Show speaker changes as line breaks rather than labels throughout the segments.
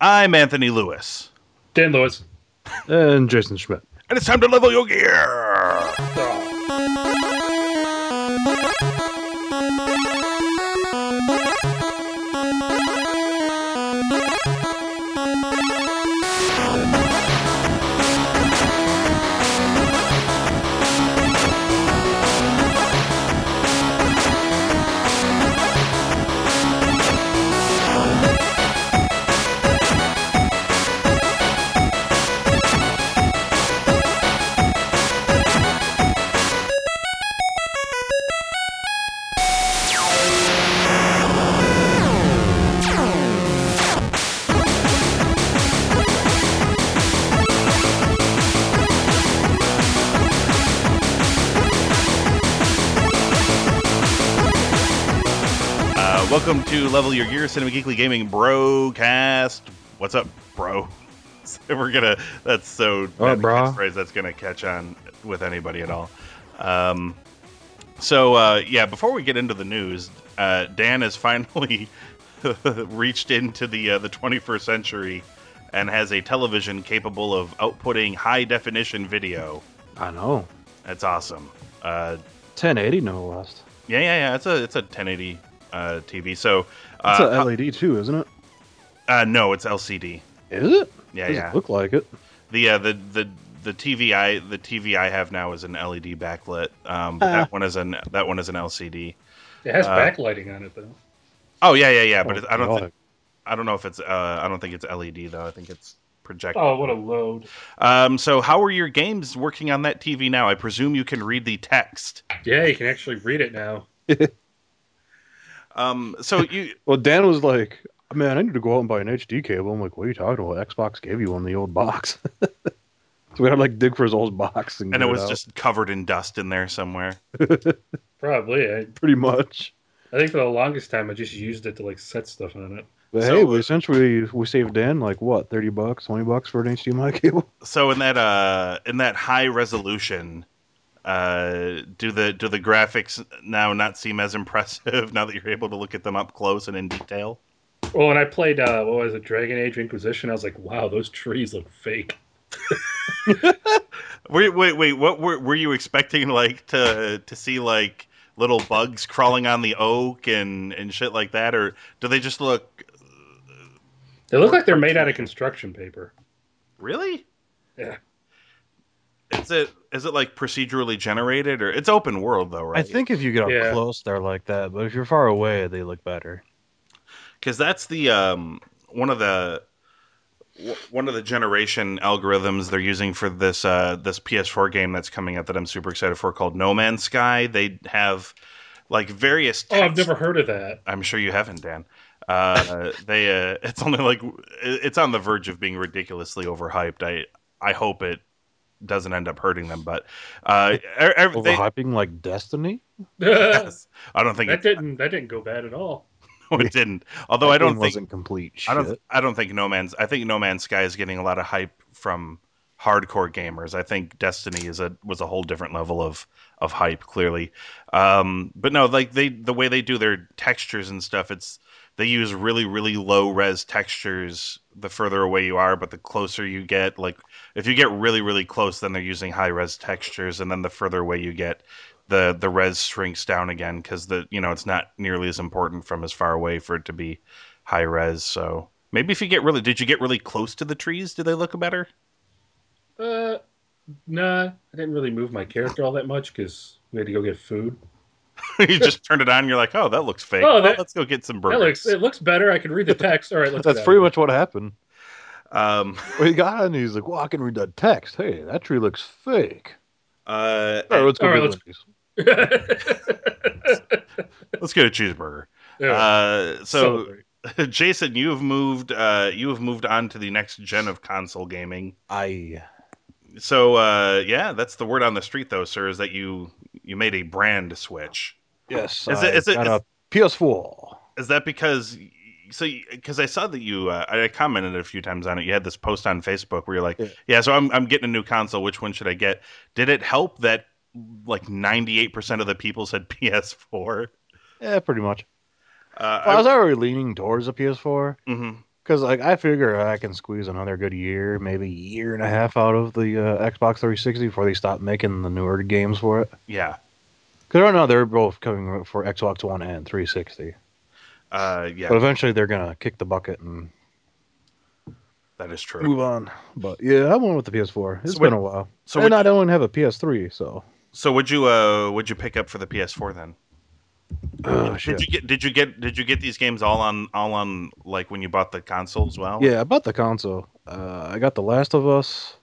I'm Anthony Lewis.
Dan Lewis.
And Jason Schmidt.
And it's time to level your gear. Uh, welcome to Level Your Gear, Cinema Geekly Gaming Brocast. What's up, bro? So we're gonna. That's so.
All
that's
right,
a
brah.
catchphrase that's gonna catch on with anybody at all. Um, so uh, yeah, before we get into the news, uh, Dan has finally reached into the uh, the 21st century and has a television capable of outputting high definition video.
I know.
That's awesome. Uh,
1080 no less.
yeah, yeah, yeah. It's a it's a 1080 uh, TV. So
That's
uh,
a LED too, isn't it?
uh, no, it's LCD.
Is it?
Yeah,
Doesn't
yeah.
look like it.
The uh, the the the TV I the TV I have now is an LED backlit. Um, but
Uh.
that one is an that one is an LCD.
It has
Uh,
backlighting on it though.
Oh yeah, yeah, yeah. But
Oh,
it's I don't
God.
think I don't know if it's uh, I don't think it's LED though. I think it's projector.
Oh, what a load!
Um, so how are your games working on that TV now? I presume you can read the text.
Yeah, you can actually read it now.
Um, so you
Well, Dan was like, "Man, I need to go out and buy an HD cable." I'm like, "What are you talking about? Xbox gave you one in the old box." so we had to like dig for his old box and,
and it
get
was
out,
just covered in dust in there somewhere.
Probably. I,
pretty much.
I think for the longest time, I just used it to like set stuff on it.
But
So-
hey, we, essentially we saved Dan like what, thirty bucks, twenty bucks for an HDMI cable?
So in that uh in that high resolution, uh, do the do the graphics now not seem as impressive now that you're able to look at them up close and in detail?
Well, when I played uh, what was it, Dragon Age Inquisition, I was like, wow, those trees look fake.
Wait, wait, wait. What were were you expecting like to to see like little bugs crawling on the oak and and shit like that, or do they just look
They look like they're made out of construction paper.
really?
Yeah.
Is it is it like procedurally generated or it's open world though, right?
I think if you get up
Yeah.
close, they're like that. But if you're far away, they look better.
because that's the um, one of the w- one of the generation algorithms they're using for this uh, this PS4 game that's coming out that I'm super excited for called No Man's Sky. They have like various.
Oh, I've
text-
never heard of that.
I'm sure you haven't, Dan. Uh, they uh, it's only like it's on the verge of being ridiculously overhyped. I I hope it doesn't end up hurting them, but uh, er- er- they-
Overhyping like Destiny.
that
I don't think it,
didn't that didn't go bad at all.
no, it didn't. Although
That
I don't
game
think
wasn't complete. Shit.
I don't. I don't think No Man's. I think No Man's Sky is getting a lot of hype from hardcore gamers. I think Destiny is a was a whole different level of of hype. Clearly, um, but no, like they the way they do their textures and stuff. It's they use really really low res textures. The further away you are, but the closer you get, like if you get really really close, then they're using high res textures, and then the further away you get. The, the res shrinks down again because the you know it's not nearly as important from as far away for it to be high res. So maybe if you get really, did you get really close to the trees? Do they look better?
Uh, nah, I didn't really move my character all that much because we had to go get food.
you just turned it on. You're like, oh, that looks fake.
Oh,
Well,
that-
let's go get some
That looks
burgers.
it looks better. I can read the text. All right, let's.
That's
get out
pretty
of
much what happened.
um,
Well, he got on. He's like, "Well, I can read that text. Hey, that tree looks fake."
uh,
All right, let's go
All right,
get
let's-
Wendy's.
here.
let's get a cheeseburger.
Yeah,
Uh, so
celebrate.
Jason, you have moved. Uh, you have moved on to the next gen of console gaming.
I
So uh, yeah, that's the word on the street, though, sir, is that you you made a brand switch.
yes,
Is
is
it- is it-
got a PS4.
Is that because? So, because I saw that you, uh, I commented a few times on it. You had this post on Facebook where you're like, "Yeah,
Yeah.
so I'm I'm getting a new console. Which one should I get?" Did it help that like 98 percent of the people said PS4?
Yeah, pretty much.
Uh,
Well, I was already leaning towards a PS4
mhm.
Because like I figure I can squeeze another good year, maybe year and a half out of the uh, Xbox 360 before they stop making the newer games for it.
Yeah.
Because right now they're both coming for Xbox One and 360.
Uh,
But
yeah.
eventually they're gonna kick the bucket and
That is true.
move on. But yeah, I went with the PS4. It's
So
been
wait-
a while,
So
and
would,
I don't have a PS3, so
so would you uh would you pick up for the PS4 then?
oh
Did
shit.
you get did you get did you get these games all on all on like when you bought the console as
oh.
well?
Yeah, about the console. Uh, I got The Last of Us,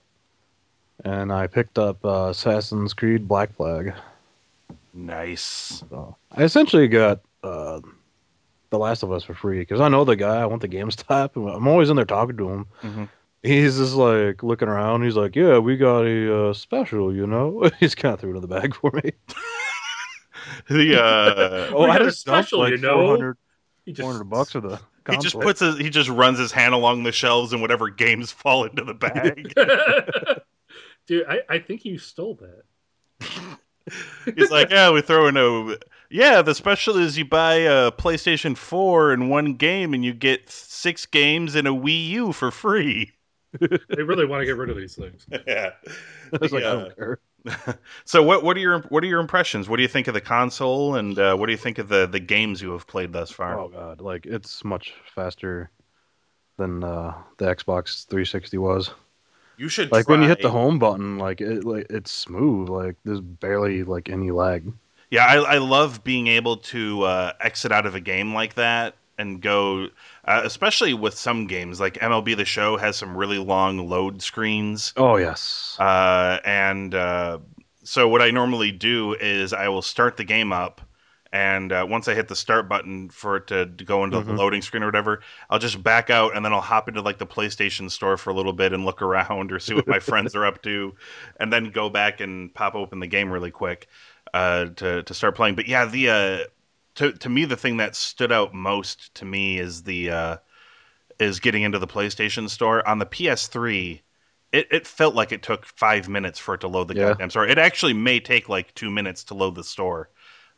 and I picked up uh, Assassin's Creed Black Flag.
Nice.
So I essentially got uh, The Last of Us for free because I know the guy. I went to GameStop, and I'm always in there talking to him.
Mm-hmm.
Mhm.
He's just like looking around. He's like, "Yeah, we got a uh, special," you know. He's kind of threw it in the bag for me.
The uh
Oh,
We got a special, you know?
400,
He just,
400 bucks for the.
he just
console.
puts his he just runs his hand along the shelves and whatever games fall into the bag.
Dude, I, I think you stole that.
He's like, yeah, we throw in a yeah. The special is you buy a PlayStation Four and one game, and you get six games and a Wii U for free.
They really want to get rid of these things.
yeah.
I was like, I
uh,
don't care.
oh. so what what are your what are your impressions? What do you think of the console, and uh, what do you think of the the games you have played thus far?
Oh god, like it's much faster than uh, the Xbox 360 was.
you should
Like when you hit the
try-
home button, like it like it's smooth. Like there's barely like any lag.
Yeah, I, I love being able to uh, exit out of a game like that and go, uh, especially with some games like MLB The Show has some really long load screens.
Oh yes.
Uh, and uh, so, what I normally do is I will start the game up. And uh, once I hit the start button for it to, to go into the
Mhm.
loading screen or whatever, I'll just back out and then I'll hop into like the PlayStation store for a little bit and look around or see what my friends are up to, and then go back and pop open the game really quick uh, to to start playing. But yeah, the uh, to to me the thing that stood out most to me is the uh, is getting into the PlayStation store on the PS3. It, it felt like it took five minutes for it to load the
Yeah.
goddamn store. It actually may take like two minutes to load the store,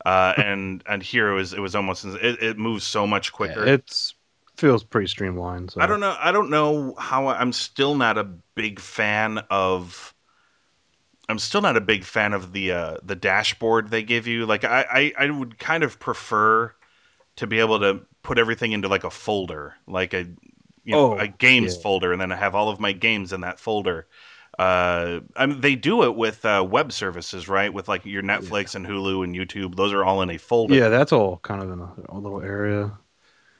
uh, and and here it was it was almost it, it moves so much quicker.
it's feels pretty streamlined. So.
I don't know. I don't know how. I- I'm still not a big fan of. I'm still not a big fan of the uh, the dashboard they give you. Like I, I, I would kind of prefer to be able to put everything into like a folder, like a you know,
Oh,
a games
yeah.
folder, and then I have all of my games in that folder. Uh, I mean, they do it with uh, web services, right? With like your Netflix and Hulu and YouTube; those are all in a folder.
Yeah, that's all kind of in a, a little area.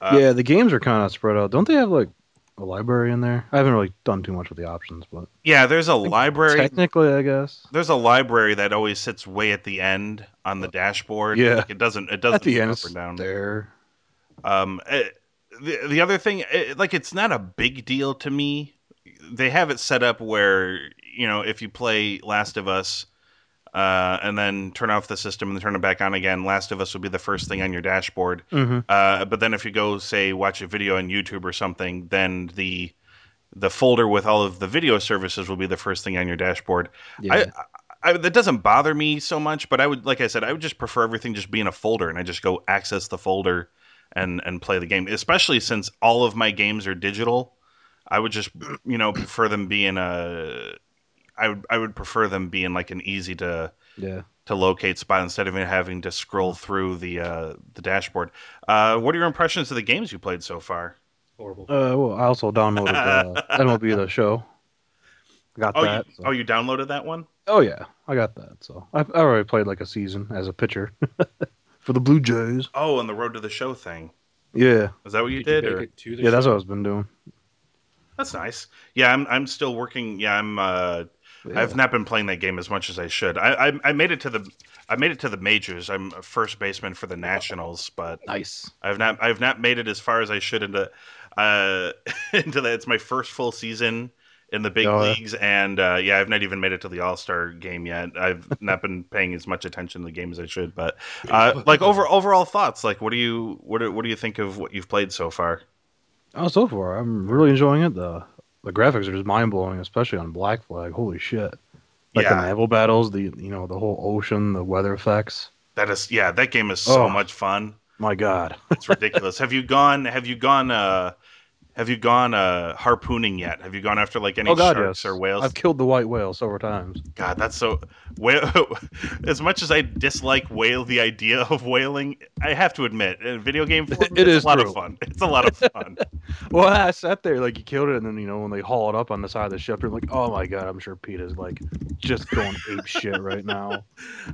Uh,
yeah, the games are kind of spread out. Don't they have like a library in there? I haven't really done too much with the options, but
yeah. There's a library.
technically, I guess.
There's a library that always sits way at the end on the dashboard.
Yeah.
Like, it doesn't. It doesn't
At the
move
end,
up
it's
or down.
there.
Um, eh, the the other thing, eh, like it's not a big deal to me. They have it set up where you know if you play Last of Us, uh, and then turn off the system and turn it back on again, Last of Us will be the first thing on your dashboard.
Mm-hmm.
Uh, but then if you go say watch a video on YouTube or something, then the the folder with all of the video services will be the first thing on your dashboard.
Yeah.
I, I, I, that doesn't bother me so much, but I would, like I said, I would just prefer everything just be in a folder, and I just go access the folder and and play the game. Especially since all of my games are digital, I would just you know prefer them be in a. I would I would prefer them be in like an easy to
yeah.
to locate spot instead of having to scroll through the uh, the dashboard. Uh, what are your impressions of the games you played so far?
Horrible.
Oh,
Uh, well, I also downloaded uh, MLB the show. Got
Oh,
that.
you,
so-
oh, you downloaded that one?
Oh yeah, I got that. So I, I already played like a season as a pitcher for the Blue Jays.
Oh, and the Road to the Show thing.
Yeah,
Is that what you
you
did? or-
make it to the
yeah, that's
show?
what I've been doing.
That's nice. Yeah, I'm I'm still working. Yeah, I'm uh
Yeah.
I've not been playing that game as much as I should. I, I I made it to the I made it to the majors. I'm a first baseman for the Nationals, but
nice.
I've not I've not made it as far as I should into uh into that. It's my first full season in the big
Oh, yeah.
leagues, and uh, yeah, I've not even made it to the All Star game yet. I've not been paying as much attention to the game as I should. But uh, like over overall thoughts, like what do you what do, what do you think of what you've played so far?
Oh, so far I'm really enjoying it. The the graphics are just mind blowing, especially on Black Flag. Holy shit! Like
Yeah.
the naval battles, the you know the whole ocean, the weather effects.
That is yeah, that game is so
Oh.
much fun.
My God.
It's ridiculous. have you gone? Have you gone? Uh, Have you gone uh, harpooning yet? Have you gone after like any
oh God,
sharks
yes.
or whales?
I've killed the white whale several times.
God, that's so. Whale, as much as I dislike whale, the idea of whaling, I have to admit, in video game form,
It
it's
is
a lot
true.
of fun. It's a lot of fun.
Well, I sat there like you killed it, and then you know when they haul it up on the side of the ship, you're like, oh my God, I'm sure Peter's like just going ape shit right now,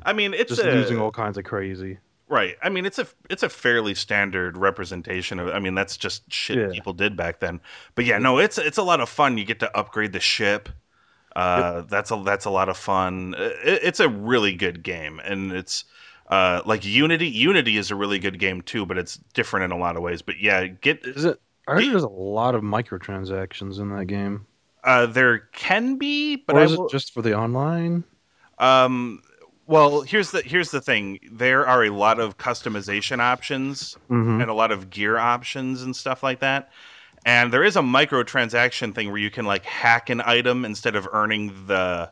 I mean, it's
just
a,
losing all kinds of crazy.
Right. I mean, it's a it's a fairly standard representation of. I mean, that's just shit
Yeah.
people did back then. But yeah, no, it's it's a lot of fun. You get to upgrade the ship. Uh, That's a that's a lot of fun. Uh, It, it's a really good game, and it's uh, like Unity. Unity is a really good game too, but it's different in a lot of ways. But yeah, get
Is it? I heard there's a lot of microtransactions in that game,
uh, there can be, but
or
I
is
will-
it just for the online?
um, well, here's the here's the thing. There are a lot of customization options
Mm-hmm.
and a lot of gear options and stuff like that. And there is a microtransaction thing where you can like hack an item instead of earning the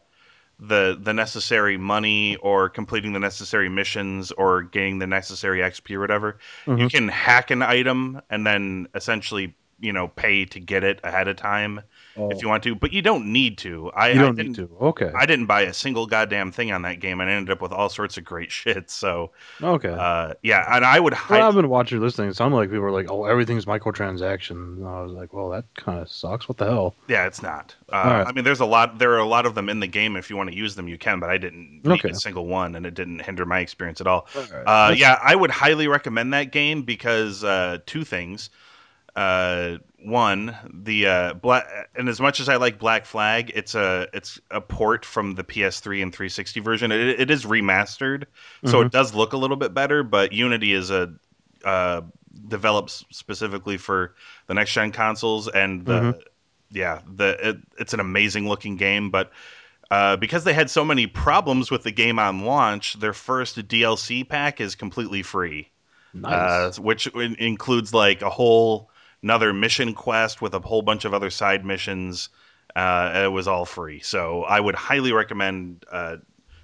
the the necessary money or completing the necessary missions or gaining the necessary XP or whatever. You
Mhm.
can hack an item and then essentially, you know, pay to get it ahead of time if you want to, but you don't need to. I,
You Oh, don't
I
need
didn't
to. Okay.
I didn't buy a single goddamn thing on that game and I ended up with all sorts of great shit. So,
okay.
uh, yeah, and I would
Well,
highly
I've been watching this thing. Some like people are like, "Oh, everything's microtransaction." And I was like, "Well, that kind of sucks. What the hell?"
Yeah, it's not. Uh,
Alright.
I mean, there's a lot. There are a lot of them in the game. If you want to use them, you can. But I didn't need
Okay.
a single one, and it didn't hinder my experience at all. Uh,
That's-
yeah, I would highly recommend that game because uh, two things. Uh, one, the uh, black, and as much as I like Black Flag, it's a it's a port from the PS3 and 360 version. It, it is remastered, so
Mm-hmm.
it does look a little bit better. But Unity is a uh, develops specifically for the next gen consoles, and the
Mm-hmm.
yeah, the it, it's an amazing looking game, but uh, because they had so many problems with the game on launch, their first DLC pack is completely free, uh,
Mm-hmm. nice.
which in- includes like a whole another mission quest with a whole bunch of other side missions. Uh, and it was all free, so I would highly recommend uh,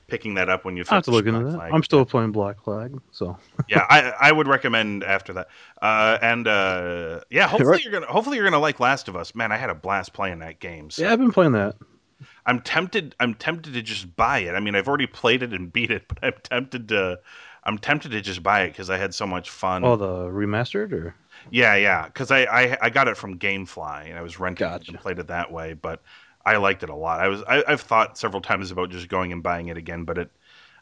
picking that up when you.
I have to
finish
look into
Black
that.
Flag.
I'm still playing Black Flag, so
yeah, I, I would recommend after that, uh, and uh, yeah, hopefully
Right.
you're gonna hopefully you're gonna like Last of Us. Man, I had a blast playing that game. So.
yeah, I've been playing that.
I'm tempted. I'm tempted to just buy it. I mean, I've already played it and beat it, but I'm tempted to. I'm tempted to just buy it because I had so much fun.
Oh, the remastered or
yeah, yeah. Because I, I I got it from GameFly and I was renting it
Gotcha.
and played it that way. But I liked it a lot. I was I, I've thought several times about just going and buying it again, but it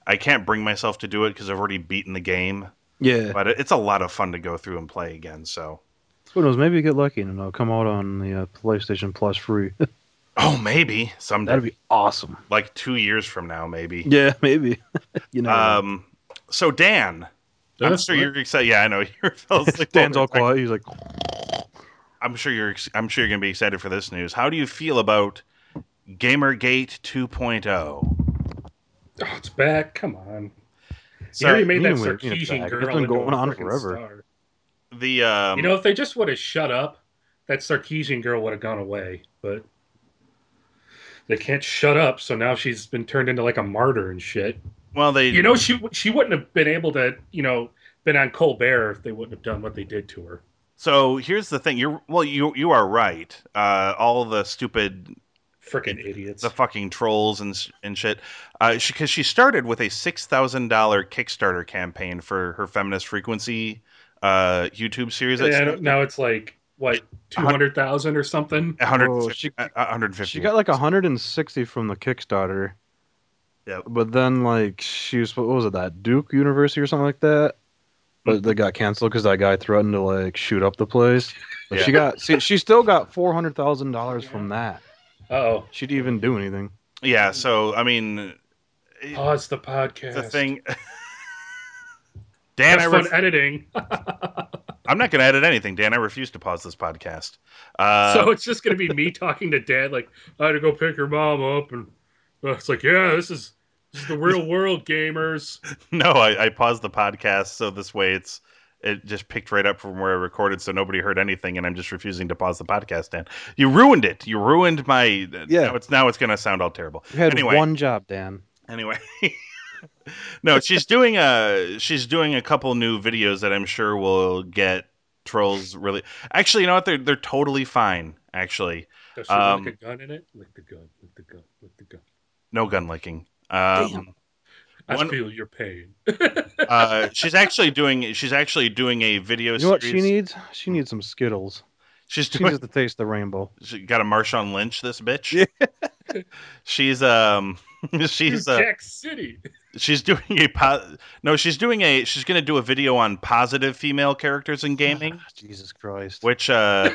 I can't bring myself to do it because I've already beaten the game.
yeah,
But it, it's a lot of fun to go through and play again. So
who knows? Maybe you get lucky and it'll come out on the uh, PlayStation Plus free.
oh maybe someday
That'd be awesome.
like two years from now maybe.
Yeah, maybe. you know,
Um. So Dan. I'm sure you're excited. Yeah, I know. You're fell asleep
Dan's
over
all
it.
quiet. He's like,
I'm sure you're. ex- I'm sure you're going to be excited for this news. How do you feel about GamerGate 2.0?
Oh, it's back. Come on.
So
you already made that
anyway, it's
Circassian
back. It's
girl.
been
into a
going on
frickin'
forever.
star.
the um,
you know, if they just would have shut up, that Sarkeesian girl would have gone away. But they can't shut up, so now she's been turned into like a martyr and shit.
well they
You know, she she wouldn't have been able to, you know, been on Colbert if they wouldn't have done what they did to her.
So here's the thing. You're well. You you are right. Uh, all the stupid
Frickin' idiots.
the fucking trolls and s- and shit. Because she, 'cause she started with a six thousand dollar Kickstarter campaign for her feminist frequency uh, YouTube series.
And I don't- now it's like what two hundred thousand or something.
150,
Whoa, she-
uh, 150.
Oh, she got like 160 from the Kickstarter.
Yep.
But then, like, she was, what was it, that Duke University or something like that? But they got canceled because that guy threatened to, like, shoot up the place. But she got, see, she still got $400,000 from that.
Oh,
She didn't even do anything.
yeah. So I mean, it-
pause the podcast.
the thing.
Have
Dan, I
fun
ref-
editing.
I'm not going to edit anything. Dan, I refuse to pause this podcast. Uh,
so it's just gonna be me talking to dad like I had to go pick your mom up and uh, it's like yeah this is this is the real world gamers
no, I, I paused the podcast so this way it's it just picked right up from where I recorded, so nobody heard anything, and I'm just refusing to pause the podcast. Dan, you ruined it. You ruined my.
Yeah.
Now it's now it's going to sound all terrible.
You had
Anyway.
one job, Dan.
anyway no she's doing a she's doing a couple new videos that i'm sure will get trolls really. Actually, you know what? They're they're totally fine. Actually,
There's
Um,
like a gun in it. Lick the gun. Lick the gun. Lick the gun.
no gun licking. Um,
I
One-
feel your pain.
uh, she's actually doing. She's actually doing a video
You know what
series.
she needs?
Hmm.
She needs some Skittles.
She's
She
doing
needs to taste the rainbow.
she got a Marshawn Lynch. This bitch. she's um. She's uh,
Jack City.
she's doing a po- no. She's doing a. She's gonna do a video on positive female characters in gaming.
Jesus Christ.
Which uh,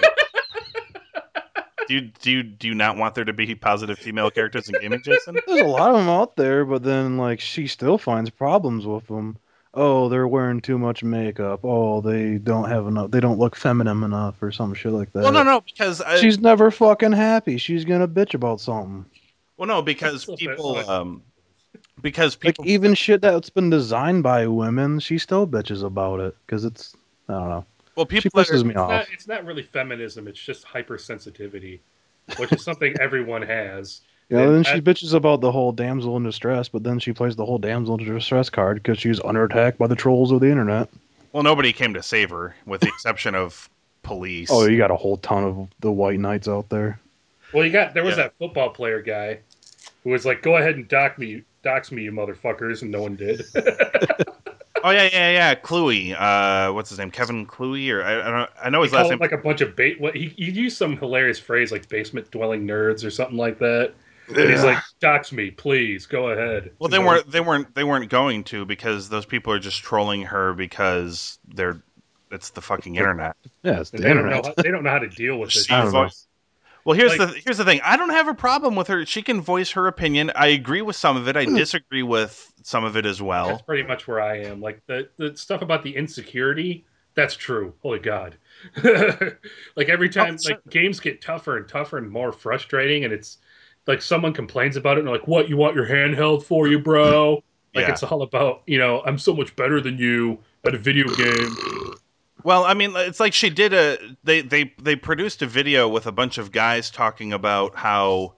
do you, do you, do you not want there to be positive female characters in gaming, Jason?
There's a lot of them out there, but then like she still finds problems with them. Oh, they're wearing too much makeup. Oh, they don't have enough. They don't look feminine enough, or some shit like that.
Well, no, no, because I,
She's never fucking happy. She's gonna bitch about something.
well, no, because
That's a bit
people
odd.
um, because
Like
people
even shit that's been designed by women, she still bitches about it because it's I don't know.
well
She
people that are-
pisses me
It's not,
off.
it's not really feminism. It's just hypersensitivity, which is something everyone has.
Yeah, and then
I-
she bitches about the whole damsel in distress, but then she plays the whole damsel in distress card because she's under attack by the trolls of the internet.
well nobody came to save her with the exception of police.
Oh, you got a whole ton of the white knights out there.
Well, you got there was
Yeah.
that football player guy who was like, "Go ahead and dock me, dox me, you motherfuckers," and no one did.
Oh, yeah, yeah, yeah. Cluey, uh, what's his name? Kevin Cluey, or I, I don't I know
he
his last
called
name.
like a bunch of bait. What he, he used some hilarious phrase like "basement dwelling nerds" or something like that. And he's like, "Dox me, please. Go ahead."
Well, they weren't. They weren't. They weren't going to because those people are just trolling her because they're. It's the fucking internet.
Yeah, it's
And
the
they don't know.
internet.
How, they don't know how to deal with this.
She's
I don't know.
always- Well, here's
Like-
the here's the thing. I don't have a problem with her. She can voice her opinion. I agree with some of it.
Hmm.
I disagree with some of it as
That's
well.
pretty much where I am. Like the the stuff about the insecurity. That's true. Holy God! like every time,
sure.
like games get tougher and tougher and more frustrating, and it's like someone complains about it and they're like, "What you want your handheld for, you bro?" Like
yeah.
it's all about you know, I'm so much better than you at a video game.
Well, I mean, it's like she did a they they they produced a video with a bunch of guys talking about how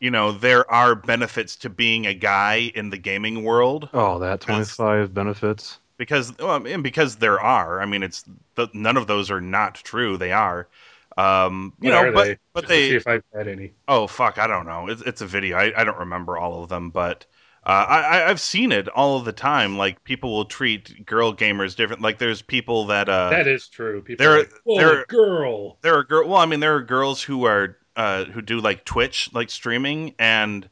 you know there are benefits to being a guy in the gaming world
Oh, that 25 benefits.
because well, I mean, because there are. I mean, it's the, none of those are not true. They are. Um, you
What
know,
are
but
they?
but
Just to
they
see if I've had any.
Oh fuck, I don't know. It's, it's a video. I, I don't remember all of them, but uh, I I- I've seen it all of the time. Like people will treat girl gamers different. Like there's people that uh
that is true. People
there-
are like, "Whoa,
there-
girl.
there are girl. Well, I mean there are girls who are uh who do like Twitch like streaming, and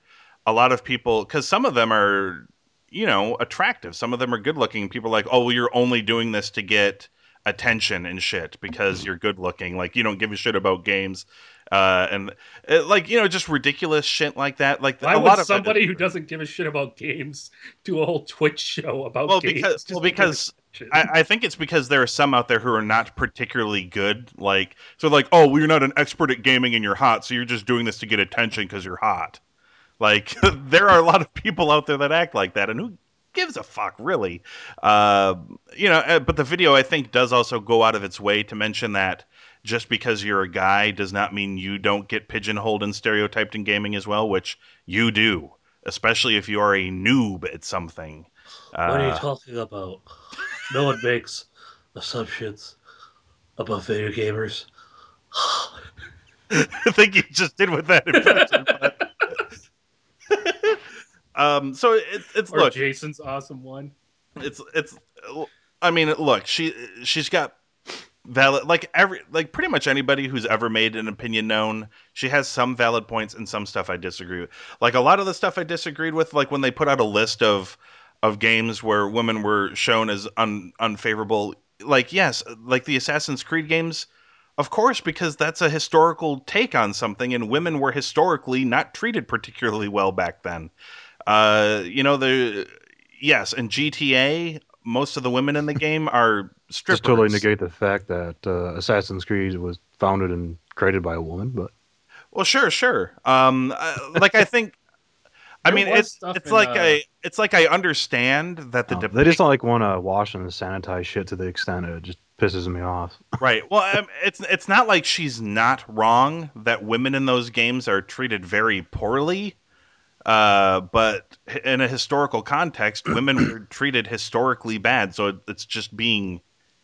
a lot of people because some of them are you know attractive. Some of them are good looking. People are like oh well, you're only doing this to get attention and shit because you're good looking. Like you don't give a shit about games. Uh, and uh, like you know, just ridiculous shit like that. Like
Why
a lot
would
of it is-
somebody who doesn't give a shit about games do a whole Twitch show about
well
games?
because
just
well
to get
because
attention?
I, I think it's because there are some out there who are not particularly good like so like oh well, you're not an expert at gaming and you're hot so you're just doing this to get attention because you're hot like there are a lot of people out there that act like that and who gives a fuck really uh, you know uh, but the video i think does also go out of its way to mention that just because you're a guy does not mean you don't get pigeonholed and stereotyped in gaming as well which you do especially if you are a noob at something
What are you
Uh,
talking about? No one makes assumptions about video gamers.
I think you just did with that impression. but- um, so it, it's
or
look,
Jason's awesome one.
it's it's. I mean, look, she she's got valid like every like pretty much anybody who's ever made an opinion known. She has some valid points and some stuff I disagree with. Like a lot of the stuff I disagreed with, like when they put out a list of of games where women were shown as un, unfavorable. Like yes, like the Assassin's Creed games. Of course, because that's a historical take on something, and women were historically not treated particularly well back then. Uh, you know, the yes, and GTA, most of the women in the game are strippers.
Just totally negate the fact that uh, Assassin's Creed was founded and created by a woman, but
Well, sure, sure. Um, uh, like I think, I
There
mean,
was
it's
stuff
it's
in,
like
uh, Oh,
I it's like I understand that the
um,
debate,
they just don't like want to wash and sanitize shit to the extent it just pisses me off.
right? Well, um, it's it's not like she's not wrong that women in those games are treated very poorly. Uh, but h- in a historical context, women were treated historically bad, so it, it's just being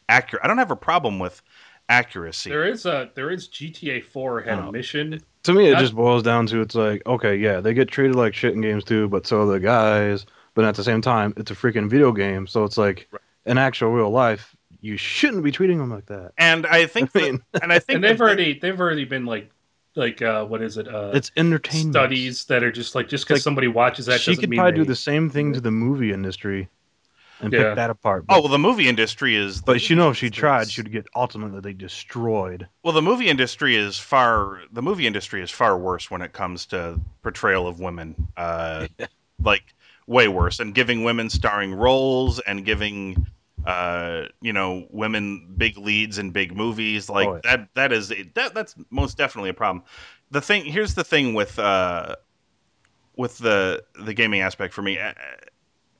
accurate. I don't have a problem with accuracy.
There is a there is GTA Four had
Oh.
a mission.
To me, it
That-
just boils down to it's like, okay, yeah, they get treated like shit in games too, but so are the guys. But at the same time, it's a freaking video game, so it's like
Right.
in actual real life, you shouldn't be treating them like that.
And I think,
I
that-
mean,
and I think
And they've
that-
already they've already been like like uh, what is it uh,
it's entertainment.
studies that are just like just because
Like,
somebody watches that
she
doesn't
could
mean
probably do
they-
the same thing to the movie industry and
Yeah.
pick that apart.
Oh
But,
well, the movie industry is.
but she knows if she tried, she'd get ultimately destroyed.
Well, the movie industry is far. The movie industry is far worse when it comes to portrayal of women. Uh, like way worse, and giving women starring roles and giving, uh, you know, women big leads in big movies. Like
Oh, yeah.
that. That is that. That's most definitely a problem. The thing here's the thing with uh, with the the gaming aspect for me. I, I-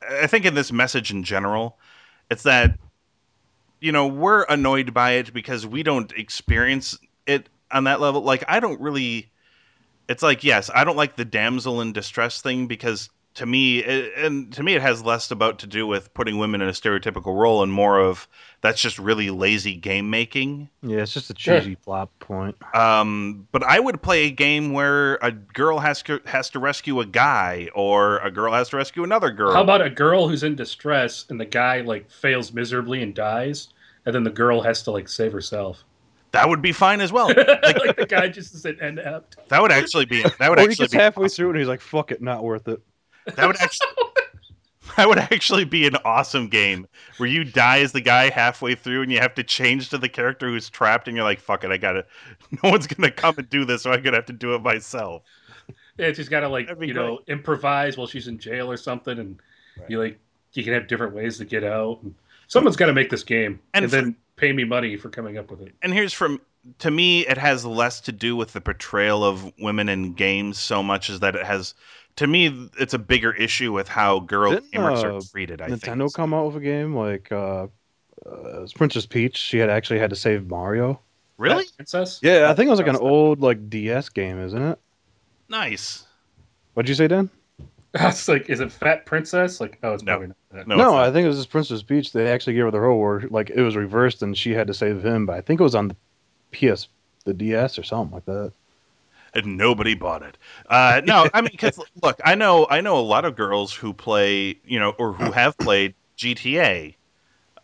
I think in this message in general, it's that you know we're annoyed by it because we don't experience it on that level like i don't really it's like yes i don't like the damsel in distress thing because to me it, and to me it has less about to do with putting women in a stereotypical role and more of that's just really lazy game making
Yeah, it's just a
Sure.
cheesy plot point.
um, but I would play a game where a girl has to, has to rescue a guy, or a girl has to rescue another girl.
How about a girl who's in distress and the guy like fails miserably and dies, and then the girl has to like save herself?
that would be fine as well.
like the guy just is an inept.
That would actually be that would
Or he
actually
gets
be
halfway through and he's like, "Fuck it, not worth it."
That would actually that would actually be an awesome game where you die as the guy halfway through and you have to change to the character who's trapped and you're like, fuck it, I gotta no one's gonna come and do this, so I'm gonna have to do it myself.
Yeah, she's got to like
That'd be
you know improvise while she's in jail or something, and
Right.
you like you can have different ways to get out. Someone's got to make this game
And
and,
for-
then pay me money for coming up with it.
And here's from to me, it has less to do with the portrayal of women in games so much as that it has to me it's a bigger issue with how girl
Didn't,
gamers
uh,
are treated, I
Nintendo
think.
come out with a game like uh, uh, it was Princess Peach. She had actually had to save Mario.
really?
That princess?
Yeah, I think it was like an old like DS game, isn't it?
Nice.
What'd you say, Dan?
It's like, is it Fat Princess? Like, oh, it's
No.
probably not. That.
No,
No,
it's
I think it was just Princess Peach. They actually gave her the role where like it was reversed and she had to save him. But I think it was on the PS, the DS, or something like that.
and nobody bought it. Uh, no, I mean, because look, I know, I know a lot of girls who play, you know, or who have played GTA.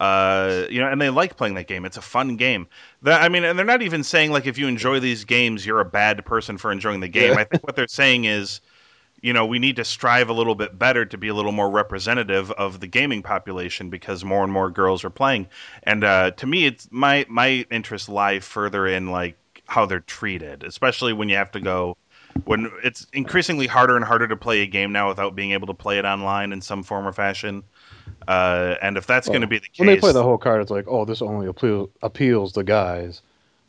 Uh, you know, and they like playing that game. It's a fun game. That I mean, and they're not even saying like if you enjoy these games, you're a bad person for enjoying the game.
Yeah.
I think what they're saying is, you know, we need to strive a little bit better to be a little more representative of the gaming population because more and more girls are playing. And uh, to me, it's my my interests lie further in like how they're treated, especially when you have to go when it's increasingly harder and harder to play a game now without being able to play it online in some form or fashion. Uh, and if that's
Well,
going to be the case,
When they play the whole card, it's like, oh, this only appeal- appeals to guys.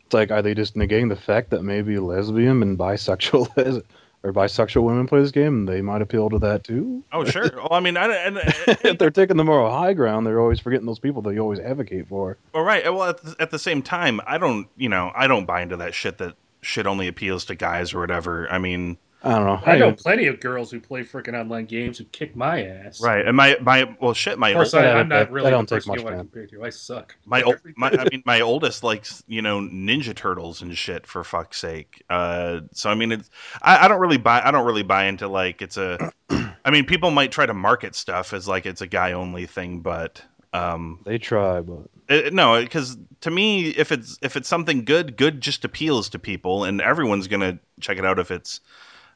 It's like, are they just negating the fact that maybe lesbian and bisexual les- or bisexual women play this game and they might appeal to that too?
oh sure, well I mean, I, don't- and,
if they're taking the moral high ground, they're always forgetting those people that you always advocate for.
All right. Well, at the, at the same time, I don't, you know, I don't buy into that shit that shit only appeals to guys or whatever. I mean,
I don't know.
I know plenty of girls who play freaking online games who kick my ass.
right. And my my well, shit, my
Of course,
old,
I,
I
I'm
don't-
not
I
really
don't
the
take
person you
much
want to
fan.
compare to. I suck.
my old, my, I mean, my oldest likes, you know, Ninja Turtles and shit for fuck's sake. Uh, so I mean, it's I, I don't really buy I don't really buy into like it's a. I mean, people might try to market stuff as like it's a guy only thing, but um,
They try, but
Uh, no, because to me, if it's if it's something good, good just appeals to people, and everyone's gonna check it out if it's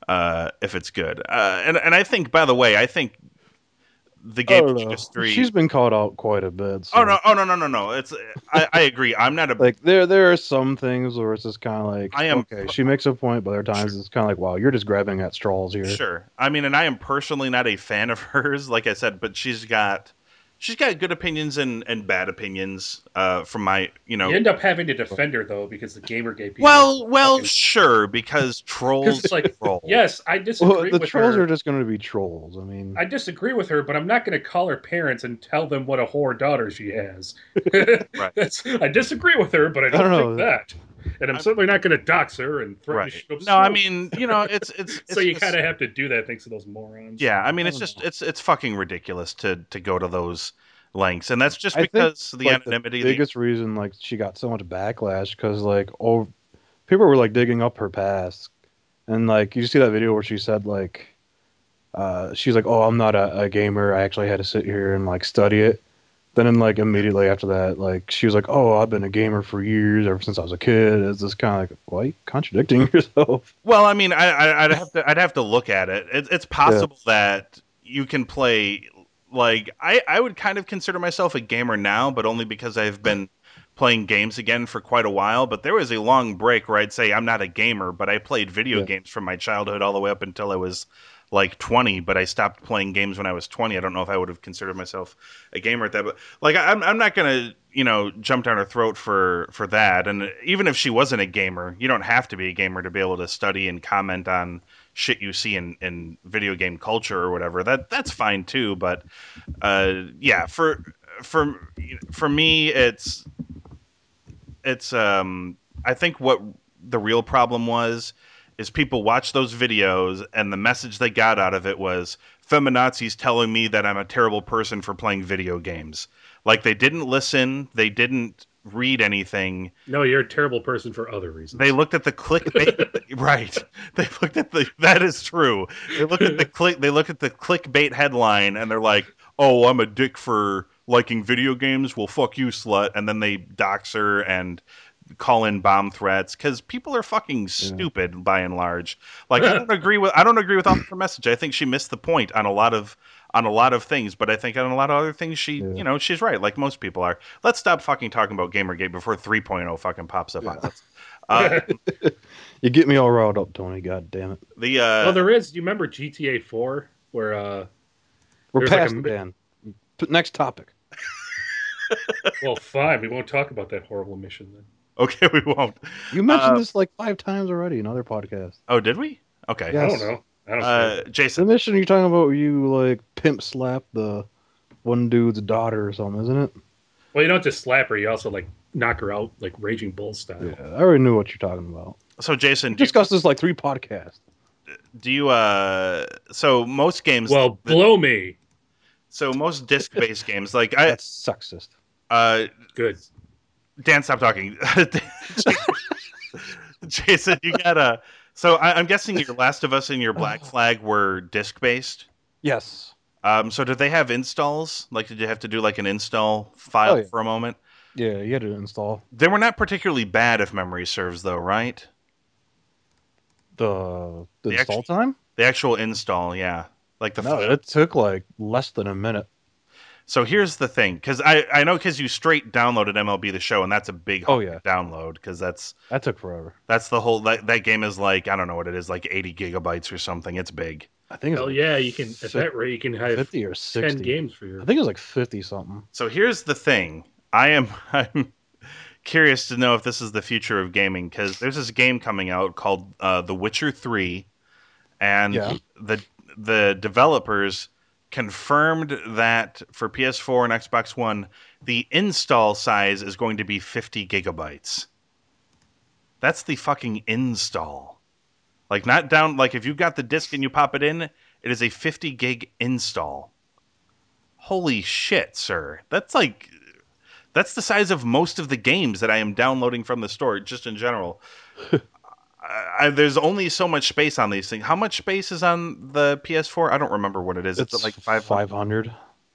uh, if it's good. Uh, and and I think, by the way, I think the
I
game
don't know.
industry.
Oh, she's been called out quite a bit. so-
oh no! Oh no! No! No! No! It's I, I agree. I'm not a
Like there, there are some things where it's just kind of like
I am-
okay. She makes a point, but there are times it's kind of like wow, you're just grabbing at straws here.
Sure. I mean, and I am personally not a fan of hers, like I said, but she's got she's got good opinions and and bad opinions uh, from my you know.
You end up having to defend her though because the gamer gay people.
Well, well,
Because
sure, because trolls
it's like,
troll.
yes, I disagree
Well, the
with
trolls
her.
are just going to be trolls. I mean,
I disagree with her, but I'm not going to call her parents and tell them what a whore daughter she has. That's, I disagree with her, but I don't,
don't
think
know.
that. And I'm,
I'm-
certainly not going to dox her and threaten
right.
to shoot up
No, I
school.
mean, you know, it's it's, it's
so you
just-
kind of have to do that thanks to those morons.
yeah. I mean,
I
it's
don't
just
know.
it's it's fucking ridiculous to to go to those lengths, and that's just
I think,
because the
like,
anonymity.
The
the-
biggest reason like she got so much backlash because like oh, people were like digging up her past, and like you see that video where she said like, uh, she's like, oh, I'm not a, a gamer. I actually had to sit here and like study it. Then and like immediately after that, like she was like, oh, I've been a gamer for years ever since I was a kid. It's just kind of like, why are you contradicting yourself?
Well, I mean, I, I, I'd have to I'd have to look at it. it it's possible that you can play like I I would kind of consider myself a gamer now, but only because I've been playing games again for quite a while. But there was a long break where I'd say I'm not a gamer, but I played video
Yeah.
games from my childhood all the way up until I was like 20 but i stopped playing games when i was 20 i don't know if i would have considered myself a gamer at that but like I- I'm, I'm not gonna you know jump down her throat for for that and even if she wasn't a gamer you don't have to be a gamer to be able to study and comment on shit you see in in video game culture or whatever that that's fine too but uh yeah for for for me it's it's um i think what the real problem was is people watched those videos and the message they got out of it was feminazis telling me that i'm a terrible person for playing video games like they didn't listen they didn't read anything
No, you're a terrible person for other reasons.
they looked at the clickbait. right. They looked at the. That is true. They looked at the click. They looked at the clickbait headline, and they're like, "Oh, I'm a dick for liking video games. Well, fuck you, slut." And then they dox her and call in bomb threats because people are fucking stupid by and large. Like I don't agree with. I don't agree with all of her message. I think she missed the point on a lot of on a lot of things, but I think on a lot of other things, she
Yeah.
you know she's right. Like most people are. Let's stop fucking talking about Gamergate before 3.0 fucking pops up on us. Uh,
You get me all riled up, Tony. God damn it.
the uh,
well, there is. You remember GTA 4 where uh
We're
There's like
past
a
it,
mi-
Dan. P- Next topic.
well, fine, we won't talk about that horrible mission then.
okay, we won't.
You mentioned
Uh,
this like five times already in other podcasts.
Oh, did we? Okay.
Yeah.
I
Yes.
don't know. I don't know.
Uh,
The
Jason.
mission you're talking about, where you like pimp slap the one dude's daughter or something, isn't it?
Well, you don't just slap her, you also like knock her out like raging bull style.
I already knew what you're talking about.
So Jason,
We
do you,
discussed this like three podcasts.
do you uh so most games
Well, blow me.
so most disc-based games like I
That's sexist.
uh
Good.
Dan stop talking. Jason, you got to So I, I'm guessing your Last of Us and your Black Flag were disc-based.
Yes.
Um so did they have installs? Like did you have to do like an install file
Oh, yeah.
for a moment?
Yeah, you had to install
They were not particularly bad if memory serves though, right?
the the,
The
install
actual-
time.
The actual install, yeah. Like the
No, it took like less than a minute.
So here's the thing, because I, I know because you straight downloaded MLB the show, and that's a big
Oh yeah,
download because that's
that took forever.
that's the whole that, that game is like I don't know what it is like 80 gigabytes or something. It's big.
I think it was
Hell
like
yeah, you can at
fif-
that rate you can have
fifty or
ten
sixty.
games for your
I think it was like fifty something.
So here's the thing. I am I'm curious to know if this is the future of gaming because there's this game coming out called uh, The Witcher Three, and
Yeah.
the the developers confirmed that for PS4 and Xbox One, the install size is going to be 50 gigabytes. That's the fucking install. Like not down like if you've got the disc and you pop it in, it is a 50 gig install. Holy shit, sir. That's like that's the size of most of the games that I am downloading from the store just in general. I, I, there's only so much space on these things. How much space is on the PS4? I don't remember what it is.
It's
is it like 5
five hundred.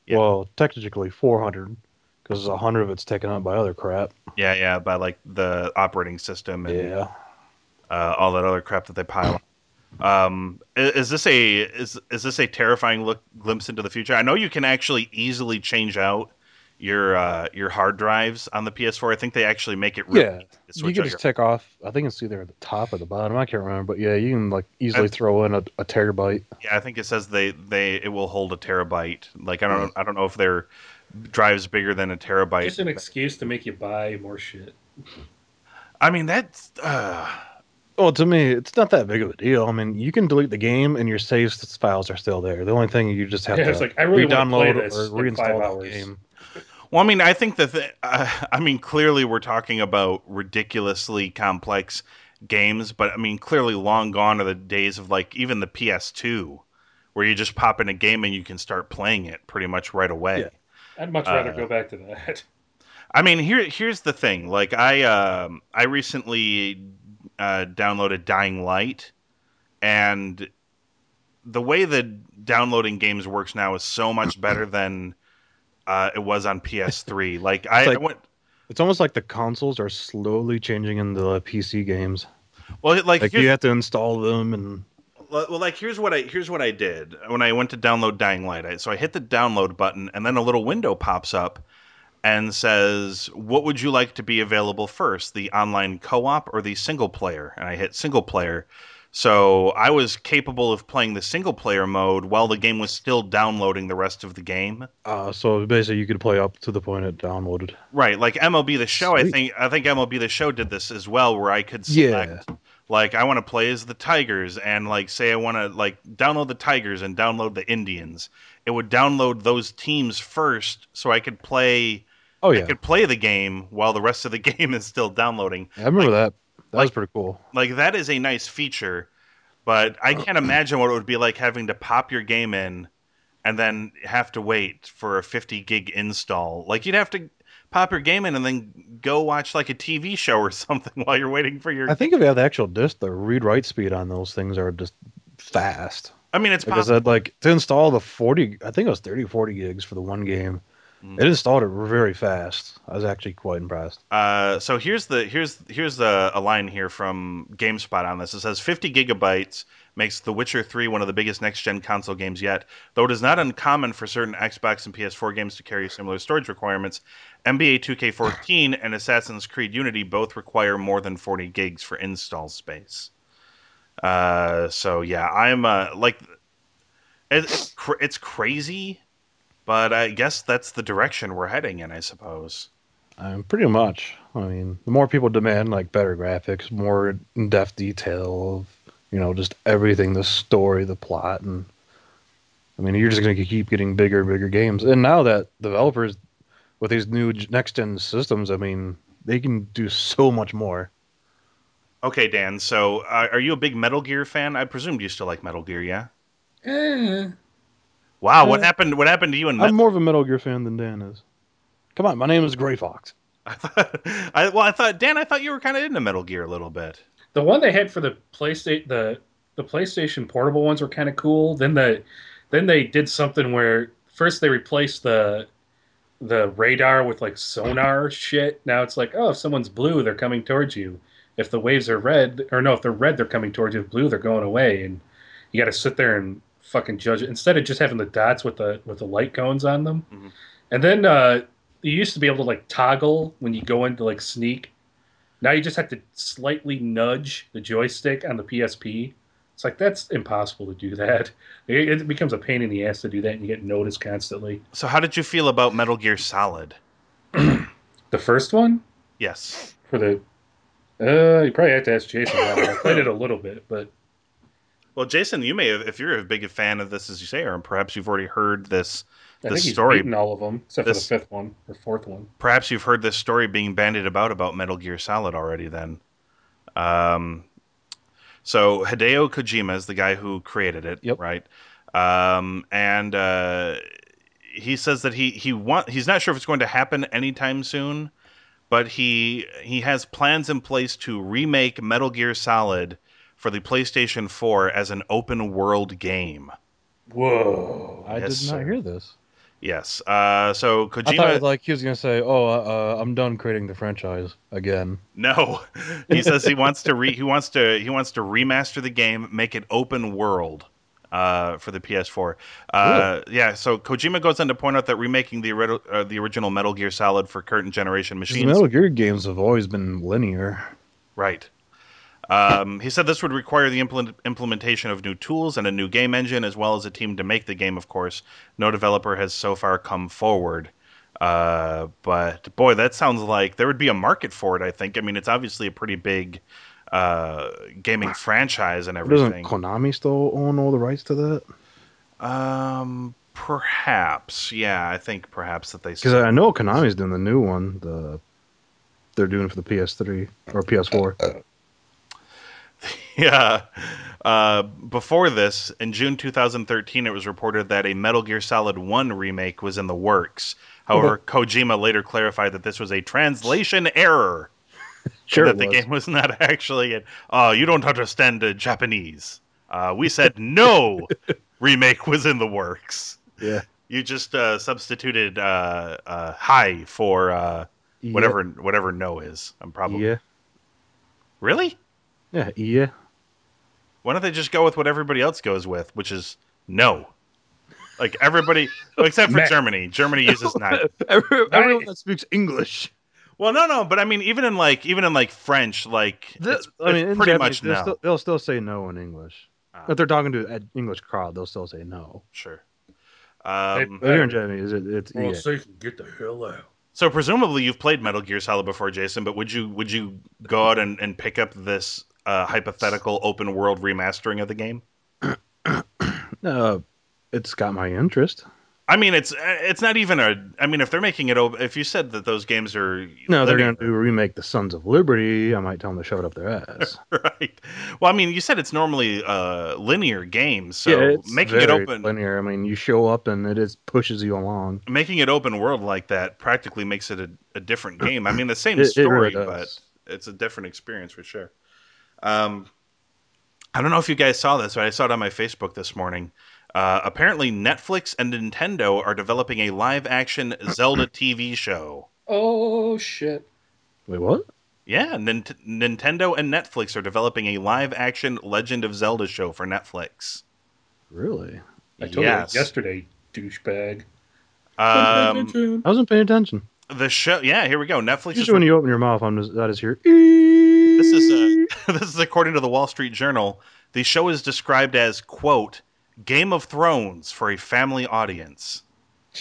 Yeah.
Well, technically four hundred, because hundred of it's taken up by other crap.
Yeah, yeah, by like the operating system and
Yeah.
uh, all that other crap that they pile on. Um, i- is this a is is this a terrifying look glimpse into the future? I know you can actually easily change out your uh, your hard drives on the PS4. I think they actually make it really easy
Yeah,
to
You
switch
can
out
just take off. I think it's either at the top or the bottom. I can't remember, but yeah, you can like easily
That's-
throw in a, a terabyte.
your- yeah, I think it says they they it will hold a terabyte. Like I
Hmm.
don't I don't know if their drives bigger than a terabyte.
just an excuse to make you buy more shit.
I mean that's uh,
Well, to me, it's not that big of a deal. I mean, you can delete the game, and your save s- files are still there. The only thing you just have
Yeah,
to
it's like I really want to play
re-download
this
or
in five
reinstall the
hours.
game.
Well, I mean, I think that th- uh, I mean clearly we're talking about ridiculously complex games, but I mean clearly long gone are the days of like even the PS2, where you just pop in a game and you can start playing it pretty much right away.
Yeah.
I'd much rather
Uh,
go back to that.
I mean, here here's the thing. Like I um I recently uh, downloaded Dying Light, and the way that downloading games works now is so much better than uh, it was on PS3. Like I,
like-
I went
It's almost like the consoles are slowly changing into the PC games.
well, like,
Like
here's-
you have to install them, and
Well, well, like here's what I here's what I did when I went to download Dying Light. I, so I hit the download button, and then a little window pops up and says, "What would you like to be available first, the online co-op or the single player?" And I hit single player. So I was capable of playing the single player mode while the game was still downloading the rest of the game.
uh, so basically you could play up to the point it downloaded.
Right, like MLB the Show. I
Sweet.
think I think MLB the Show did this as well, where I could
Yeah.
select like I want to play as the Tigers, and like say I want to like download the Tigers and download the Indians. It would download those teams first, so I could play.
Oh
I
yeah,
could play the game while the rest of the game is still downloading.
I remember that. That was
like-
pretty cool.
Like that is a nice feature, but I
Uh-huh.
can't imagine what it would be like having to pop your game in and then have to wait for a 50 gig install. Like you'd have to pop your game in and then go watch like a TV show or something while you're waiting for your
I think if you have the actual disk, the read write speed on those things are just fast.
I mean it's
Like I
possible.
said, like to install the 40, I think it was 30, 40 gigs for the one game.
Mm.
It installed it very fast. I was actually quite impressed.
Uh, so here's the here's here's a, a line here from GameSpot on this. It says 50 gigabytes makes The Witcher 3 one of the biggest next gen console games yet. Though it is not uncommon for certain Xbox and PS4 games to carry similar storage requirements, NBA 2K14 and Assassin's Creed Unity both require more than 40 gigs for install space. Uh, so yeah, I'm uh, like, it, it's cr- it's crazy, but I guess that's the direction we're heading in. I suppose.
Um, pretty much. I mean, the more people demand like better graphics, more in-depth detail of you know just everything, the story, the plot, and I mean, you're just going to keep getting bigger and bigger games. And now that developers with these new next-gen systems, I mean, they can do so much more.
Okay, Dan. So, uh, are you a big Metal Gear fan? I presumed you still like Metal Gear, yeah.
Eh,
Wow, what
Uh,
happened? What happened to you in
I'm
Metal?
more of a Metal Gear fan than Dan is. Come on, my name is Gray Fox.
I thought, I, well, I thought Dan, I thought you were kind of into Metal Gear a little bit.
the one they had for the PlayStation, the the PlayStation portable ones were kind of cool. Then the then they did something where first they replaced the the radar with like sonar shit. Now it's like, oh, if someone's blue, they're coming towards you. If the waves are red, or no, if they're red, they're coming towards you. If blue, they're going away, and you got to sit there and fucking judge it instead of just having the dots with the with the light cones on them.
Mhm.
And then uh, you used to be able to like toggle when you go into like sneak. Now you just have to slightly nudge the joystick on the PSP. It's like that's impossible to do that. It, it becomes a pain in the ass to do that, and you get noticed constantly.
So, how did you feel about Metal Gear Solid?
The first one,
Yes.
for the. Uh, you probably have to ask Jason. About it. I played it a little bit, but
Well, Jason, you may, have, if you're a big fan of this as you say, or perhaps you've already heard this,
I
The
think he's
story-
beaten all of them except
this-
for the fifth one or fourth one.
perhaps you've heard this story being bandied about about Metal Gear Solid already. Then, um, so Hideo Kojima is the guy who created it,
Yep.
right? Um, and uh, he says that he he want he's not sure if it's going to happen anytime soon, but he he has plans in place to remake Metal Gear Solid for the PlayStation 4 as an open world game.
Whoa!
I
Yes,
did not
sir.
hear this.
Yes. Uh, so Kojima
I thought it was like he was going to say, "Oh, uh, uh, I'm done creating the franchise again."
No, he says he wants to re- he wants to he wants to remaster the game, make it open world uh, for the PS4. Uh, yeah, so Kojima goes on to point out that remaking the ori- uh, the original Metal Gear Solid for current generation
The
machines,
Metal Gear games have always been linear.
right? Um, he said this would require the implement- implementation of new tools and a new game engine, as well as a team to make the game. Of course, no developer has so far come forward. Uh, but boy, that sounds like there would be a market for it. I think. I mean, it's obviously a pretty big uh, gaming franchise and
Doesn't
everything.
Konami still own all the rights to that?
Um, perhaps. Yeah, I think perhaps that they.
Because I know Konami's doing the new one. The
Uh,
they're doing for the PS3 or PS4.
yeah. Uh, before this, in June 2013, it was reported that a Metal Gear Solid 1 remake was in the works. However, Kojima later clarified that this was a translation error.
Sure,
that
it
the
was.
game was not actually it. Uh, you don't understand uh, Japanese. Uh, we said no remake was in the works.
Yeah.
You just uh, substituted uh, uh, hi for uh, whatever whatever no is. I'm probably
Yeah.
really.
Yeah. Yeah.
Why don't they just go with what everybody else goes with, which is no. Like everybody, except for
Meh.
Germany. Germany uses not.
Every- everyone
I-
that speaks English.
Well, no, no, but I mean, even in like, even in like French, like
Th-
it's,
I mean,
it's
in
pretty much
Japanese,
no.
they'll still- they'll still say no in English.
Ah.
If they're talking to an English crowd, they'll still say no.
Sure. Um,
But here in Japanese, it, it's
Well,
yeah.
so you can get the hell out.
so presumably you've played Metal Gear Solid before, Jason. But would you would you go out and, and pick up this uh, hypothetical open world remastering of the game?
Uh, it's got my interest.
I mean, it's it's not even a. I mean, if they're making it, op- if you said that those games are
No, they're
linear-
going to do a remake the Sons of Liberty. I might tell them to shove it up their ass.
right. Well, I mean, you said it's normally uh, linear games, so
yeah, it's
making it
very
open,
linear. I mean, you show up and it is pushes you along.
making it open world like that practically makes it a, a different game. I mean, the same
It, it
story,
really does.
but it's a different experience for sure. Um, I don't know if you guys saw this, but I saw it on my Facebook this morning. Uh, apparently, Netflix and Nintendo are developing a live-action Zelda TV show.
Oh shit!
Wait, what?
Yeah, Nint- Nintendo and Netflix are developing a live-action Legend of Zelda show for Netflix.
Really?
I told
Yes.
you yesterday, douchebag.
Um,
I wasn't paying attention.
the show, yeah, here we go. Netflix is
Usually, when you open your mouth, I'm just that is here.
This
This
is uh this is according to the Wall Street Journal. The show is described as quote Game of Thrones for a family audience.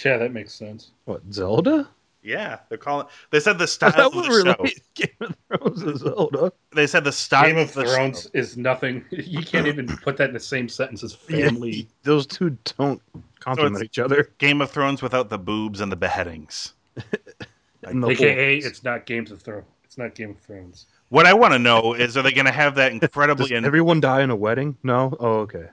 Yeah, that makes sense.
what Zelda?
Yeah, they're calling. They said the
I
style of
would
the show.
relate Game of Thrones to Zelda.
They said the style
Game of
the
Thrones
show-
is nothing. You can't even put that in the same sentence as family.
Those two don't complement
it's-
each other.
Game of Thrones without the boobs and the beheadings.
in the
AKA,
whole-
it's not Games of Thrones. It's not Game of Thrones.
What I want to know is, are they going to have that
Does
incredibly? in-
everyone die in a wedding? No. Oh, okay.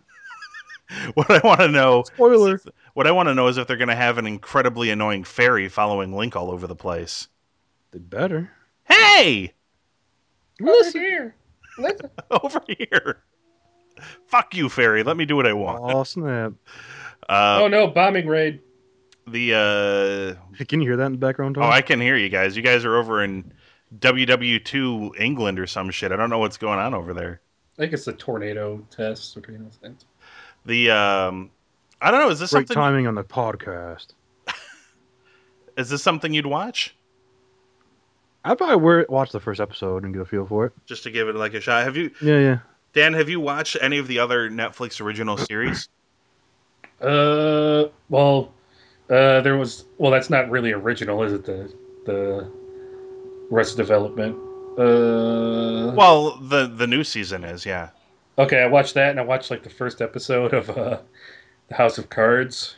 what I want to know.
Spoiler.
What I want to know is if they're going to have an incredibly annoying fairy following Link all over the place.
They better.
Hey,
Listen.
here.
over here! Fuck you, fairy. Let me do what I want.
Oh snap!
Uh,
oh no, bombing raid.
the uh
Can you hear that in the background? Tom?
oh i can hear you guys you guys are over in ww2 england or some shit i don't know what's going on over there
I think it's the tornado test or tornado thing.
the um i don't know is this
Great
something
timing on the podcast.
is this something you'd watch
I'd probably wear, watch the first episode and get a feel for it.
just to give it like a shot have you
Yeah, yeah.
dan have you watched any of the other netflix original series
Uh, well, uh, there was. Well, that's not really original, is it? The the rest development. Uh,
well the the new season is yeah
okay, I watched that, and I watched like the first episode of uh, the House of Cards.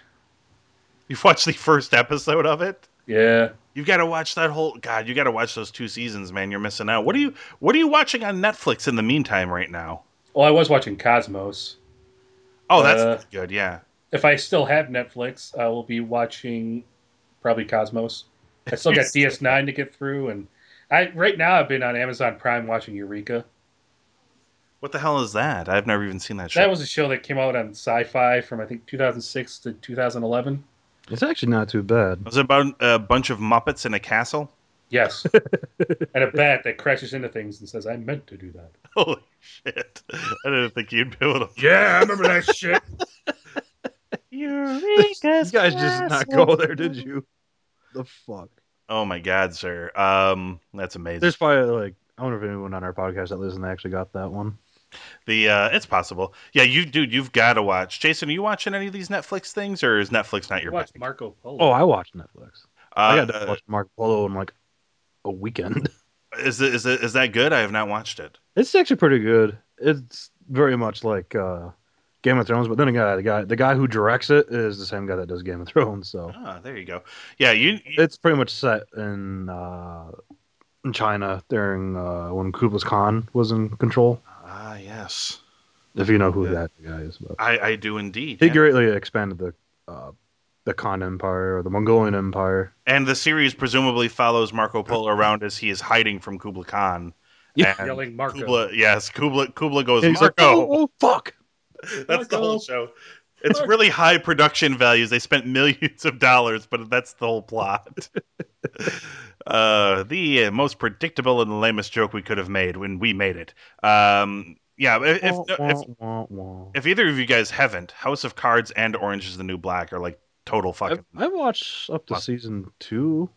you've watched the first episode of it
Yeah,
you've got to watch that whole god you got to watch those two seasons man you're missing out what are you what are you watching on netflix in the meantime right now
Well, I was watching Cosmos.
oh that's
Uh,
good yeah
If I still have Netflix, I will be watching probably Cosmos. I still got DS9 to get through, and I right now I've been on Amazon Prime watching Eureka.
What the hell is that? I've never even seen that show.
That was a show that came out on Sci-Fi from I think 2006 to 2011.
It's actually not too bad.
It was about a bunch of Muppets in a castle.
Yes, and a bat that crashes into things and says, "I meant to do that."
Holy shit! I didn't think you'd be able to.
Yeah, I remember that shit.
you guys just did not go there, did you? The fuck.
Oh my god, sir. Um, that's amazing.
There's probably like I wonder if anyone on our podcast that listens actually got that one.
The uh, it's possible. Yeah, you dude, you've got to watch. Jason, are you watching any of these Netflix things, or is Netflix not your
Watch
bag?
Marco Polo.
Oh, I watched Netflix. I
Uh,
got to watch Mark Polo in like a weekend.
is, it- is it- is that good? I have not watched it.
It's actually pretty good. It's very much like uh, Game of Thrones, but then again, the guy the guy who directs it is the same guy that does Game of Thrones. So
Ah, there you go. Yeah, you. you
it's pretty much set in uh, in China during uh, when Kublai Khan was in control.
ah, yes.
if you know who
Yeah.
that guy is. But
I, I do indeed.
he
yeah.
greatly expanded the uh, the Khan Empire or the Mongolian Empire.
And the series presumably follows Marco Polo around as he is hiding from Kublai Khan.
Yeah.
And
Yelling Marco.
Kubla, yes, Kubla, Kubla goes
He's like,
Marco.
oh, oh, fuck!
that's the whole
Marco.
show. It's
Marco.
really high production values. They spent millions of dollars, but that's the whole plot. uh, the most predictable and lamest joke we could have made when we made it. Um, yeah, but if,
Wah,
if,
wah,
if
wah, wah.
if either of you guys haven't, House of Cards and Orange is the New Black are like total fucking.
I've, I've watched up to
Fuck.
season two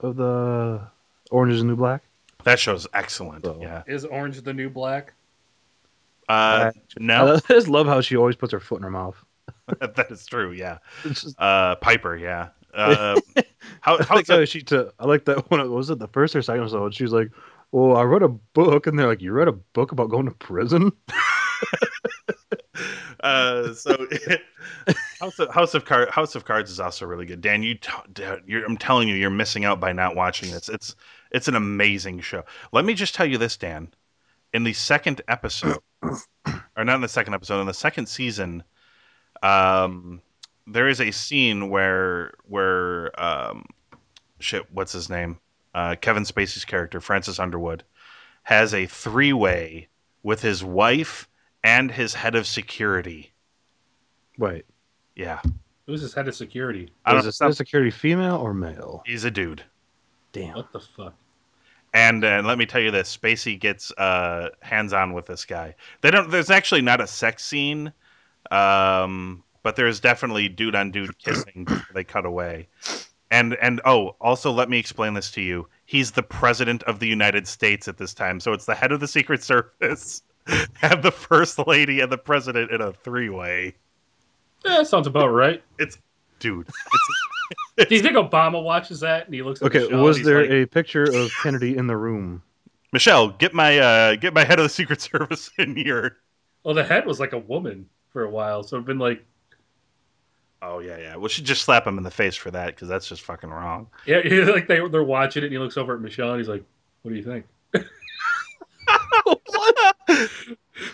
of the Orange is the New Black.
That show's excellent.
So-
Yeah.
Is Orange the New Black?
Uh,
I
no,
lo- I just love how she always puts her foot in her mouth.
that is true. Yeah.
It's just-
Uh, Piper. Yeah. Uh, how,
I like
how's that?
that she took. I like that one. Was it the first or second episode? She was like, "Well, I wrote a book," and they're like, "You read a book about going to prison?"
Uh, so House of House of Cards House of Cards is also really good. Dan, you, t- da- you're, I'm telling you, you're missing out by not watching this. It's it's an amazing show. Let me just tell you this, Dan. In the second episode, or not in the second episode, in the second season, um, there is a scene where where um, shit, what's his name? Uh, Kevin Spacey's character, Francis Underwood, has a three way with his wife and his head of security.
Wait,
Yeah,
Who's his head of security?
I don't
is this a security female or male?
he's a dude.
Damn.
What the fuck?
And uh, let me tell you this: Spacey gets uh, hands-on with this guy. They don't. There's actually not a sex scene, um, but there's definitely dude-on-dude kissing. before they cut away, and and oh, also let me explain this to you. He's the president of the United States at this time, so it's the head of the Secret Service and the first lady and the president in a three-way.
Yeah, that Eh, sounds about right.
Dude, it's
Do you think Obama watches that and he looks at
Okay,
the show
was
and he's
there
like,
a picture of Kennedy in the room?
Michelle, get my uh, get my head of the Secret Service in here.
Well, the head was like a woman for a while, so it'd been like,
Oh yeah, yeah. Well, she just slap him in the face for that because that's just fucking wrong.
yeah, like they they're watching it, and he looks over at Michelle, and he's like, "What do you think?"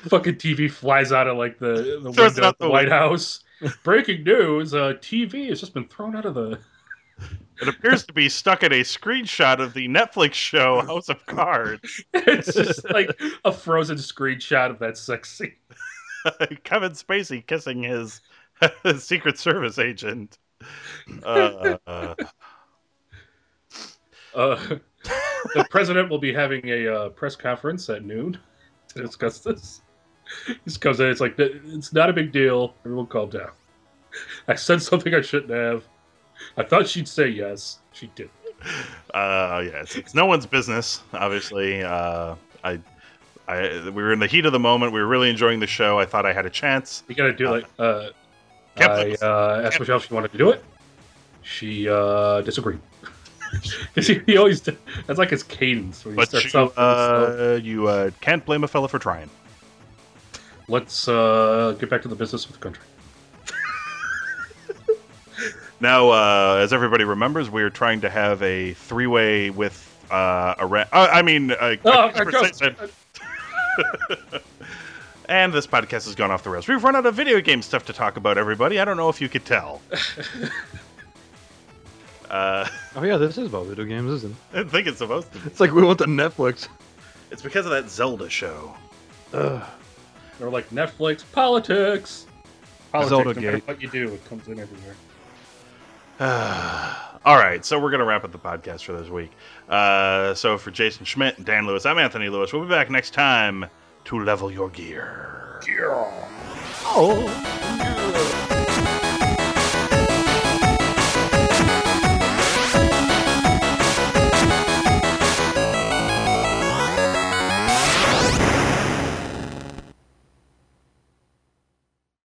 Fucking TV flies out of like the, the
Throws it
window
out
at the
the
White
window.
House. Breaking news: uh, TV has just been thrown out of the.
It appears to be stuck in a screenshot of the Netflix show House of Cards.
it's just like a frozen screenshot of that sex scene.
Kevin Spacey kissing his, his Secret Service agent. Uh, uh,
Uh, the president will be having a uh, press conference at noon to discuss this. This comes in, it's like, it's not a big deal. Everyone calm down. I said something I shouldn't have. I thought she'd say yes. She did.
uh, yeah, it's, it's no one's business. Obviously, uh, I, I, we were in the heat of the moment. We were really enjoying the show. I thought I had a chance.
You gotta do like, uh, I
Captain-
uh, asked Michelle if she wanted to do it. She uh, disagreed. 'Cause he, he always, d- that's like his cadence when he
But
starts
you,
off. with this, uh,
uh, you uh, can't blame a fella for trying.
Let's uh, get back to the business of the country.
Now, uh, as everybody remembers, we are trying to have a three-way with uh, a ra- uh, I mean, a, a
Oh,
conversation. and this podcast has gone off the rails. We've run out of video game stuff to talk about, everybody. I don't know if you could tell. uh,
Oh yeah, this is about video games, isn't it?
I think it's supposed to. Be.
It's like we went to Netflix.
It's because of that Zelda show.
Ugh.
They're like Netflix politics. Politics,
Zelda
no matter
gate.
what you do, it comes in everywhere.
All right, so we're going to wrap up the podcast for this week. Uh, so for Jason Schmidt and Dan Lewis, I'm Anthony Lewis. We'll be back next time to level your gear.
Oh.